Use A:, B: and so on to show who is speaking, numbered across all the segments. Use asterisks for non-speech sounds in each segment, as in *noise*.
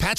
A: Matt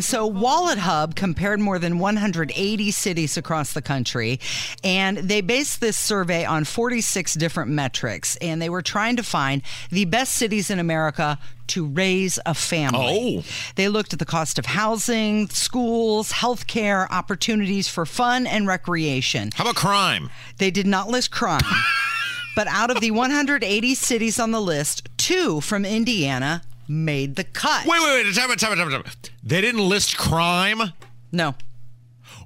B: So, Wallet Hub compared more than 180 cities across the country, and they based this survey on 46 different metrics, and they were trying to find the best cities in America to raise a family.
C: Oh.
B: They looked at the cost of housing, schools, healthcare, opportunities for fun and recreation.
C: How about crime?
B: They did not list
C: *laughs*
B: crime. but out of the 180 cities on the list, two from Indiana made the cut.
C: Wait, wait, wait. Time out, time out, time out, time out. They didn't list crime.
B: No.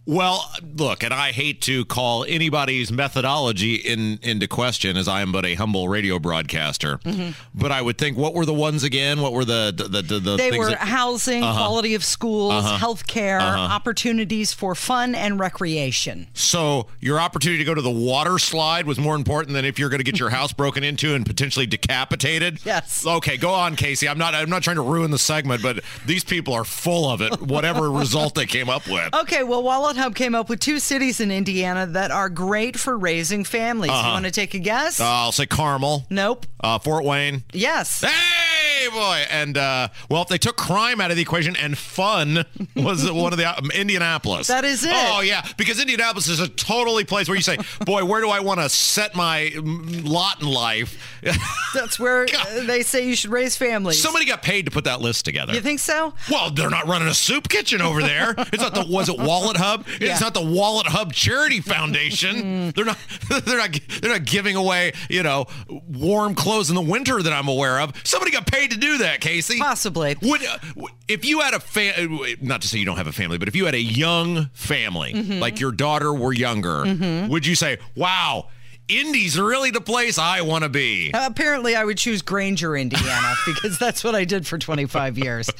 C: Well, look, and I hate to call anybody's methodology in into question, as I am but a humble radio broadcaster.
B: Mm-hmm.
C: But I would think, what were the ones again? What were the the the, the
B: They
C: things
B: were
C: that- Uh-huh.
B: housing, quality of schools, healthcare, opportunities for fun and recreation.
C: So your opportunity to go to the water slide was more important than if you're going to get your house broken into and potentially decapitated.
B: Yes.
C: Okay, go on, Casey. I'm not. I'm not trying to ruin the segment, but these people are full of it. Whatever *laughs* result they came up with.
B: Okay, well, Wallet Hub came up with two cities in Indiana that are great for raising families. You want to take a guess?
C: Uh, I'll say Carmel,
B: nope.
C: uh, Fort Wayne.
B: Yes.
C: Hey, boy, and uh, well, if they took crime out of the equation and fun *laughs* was one of the um, Indianapolis.
B: That is it.
C: Oh yeah, because Indianapolis is a totally place where you say, *laughs* boy, where do I want to set my mm, lot in life? *laughs*
B: That's where uh,
C: God.
B: they say you should raise families.
C: Somebody got paid to put that list together.
B: you think so?
C: well, they're not running a soup kitchen over there. It's not the was it Wallet Hub? It's
B: Yeah.
C: not the Wallet Hub Charity Foundation. they're not *laughs* they're not they're not giving away, you know, warm clothes in the winter that I'm aware of. Somebody got paid to do that, Casey.
B: Possibly.
C: Would uh, w- if you had a family, not to say you don't have a family, but if you had a young family, like your daughter were younger, would you say, "Wow, Indy's really the place I want to be"?
B: *laughs* Apparently, I would choose Granger, Indiana, because that's what I did for 25 years.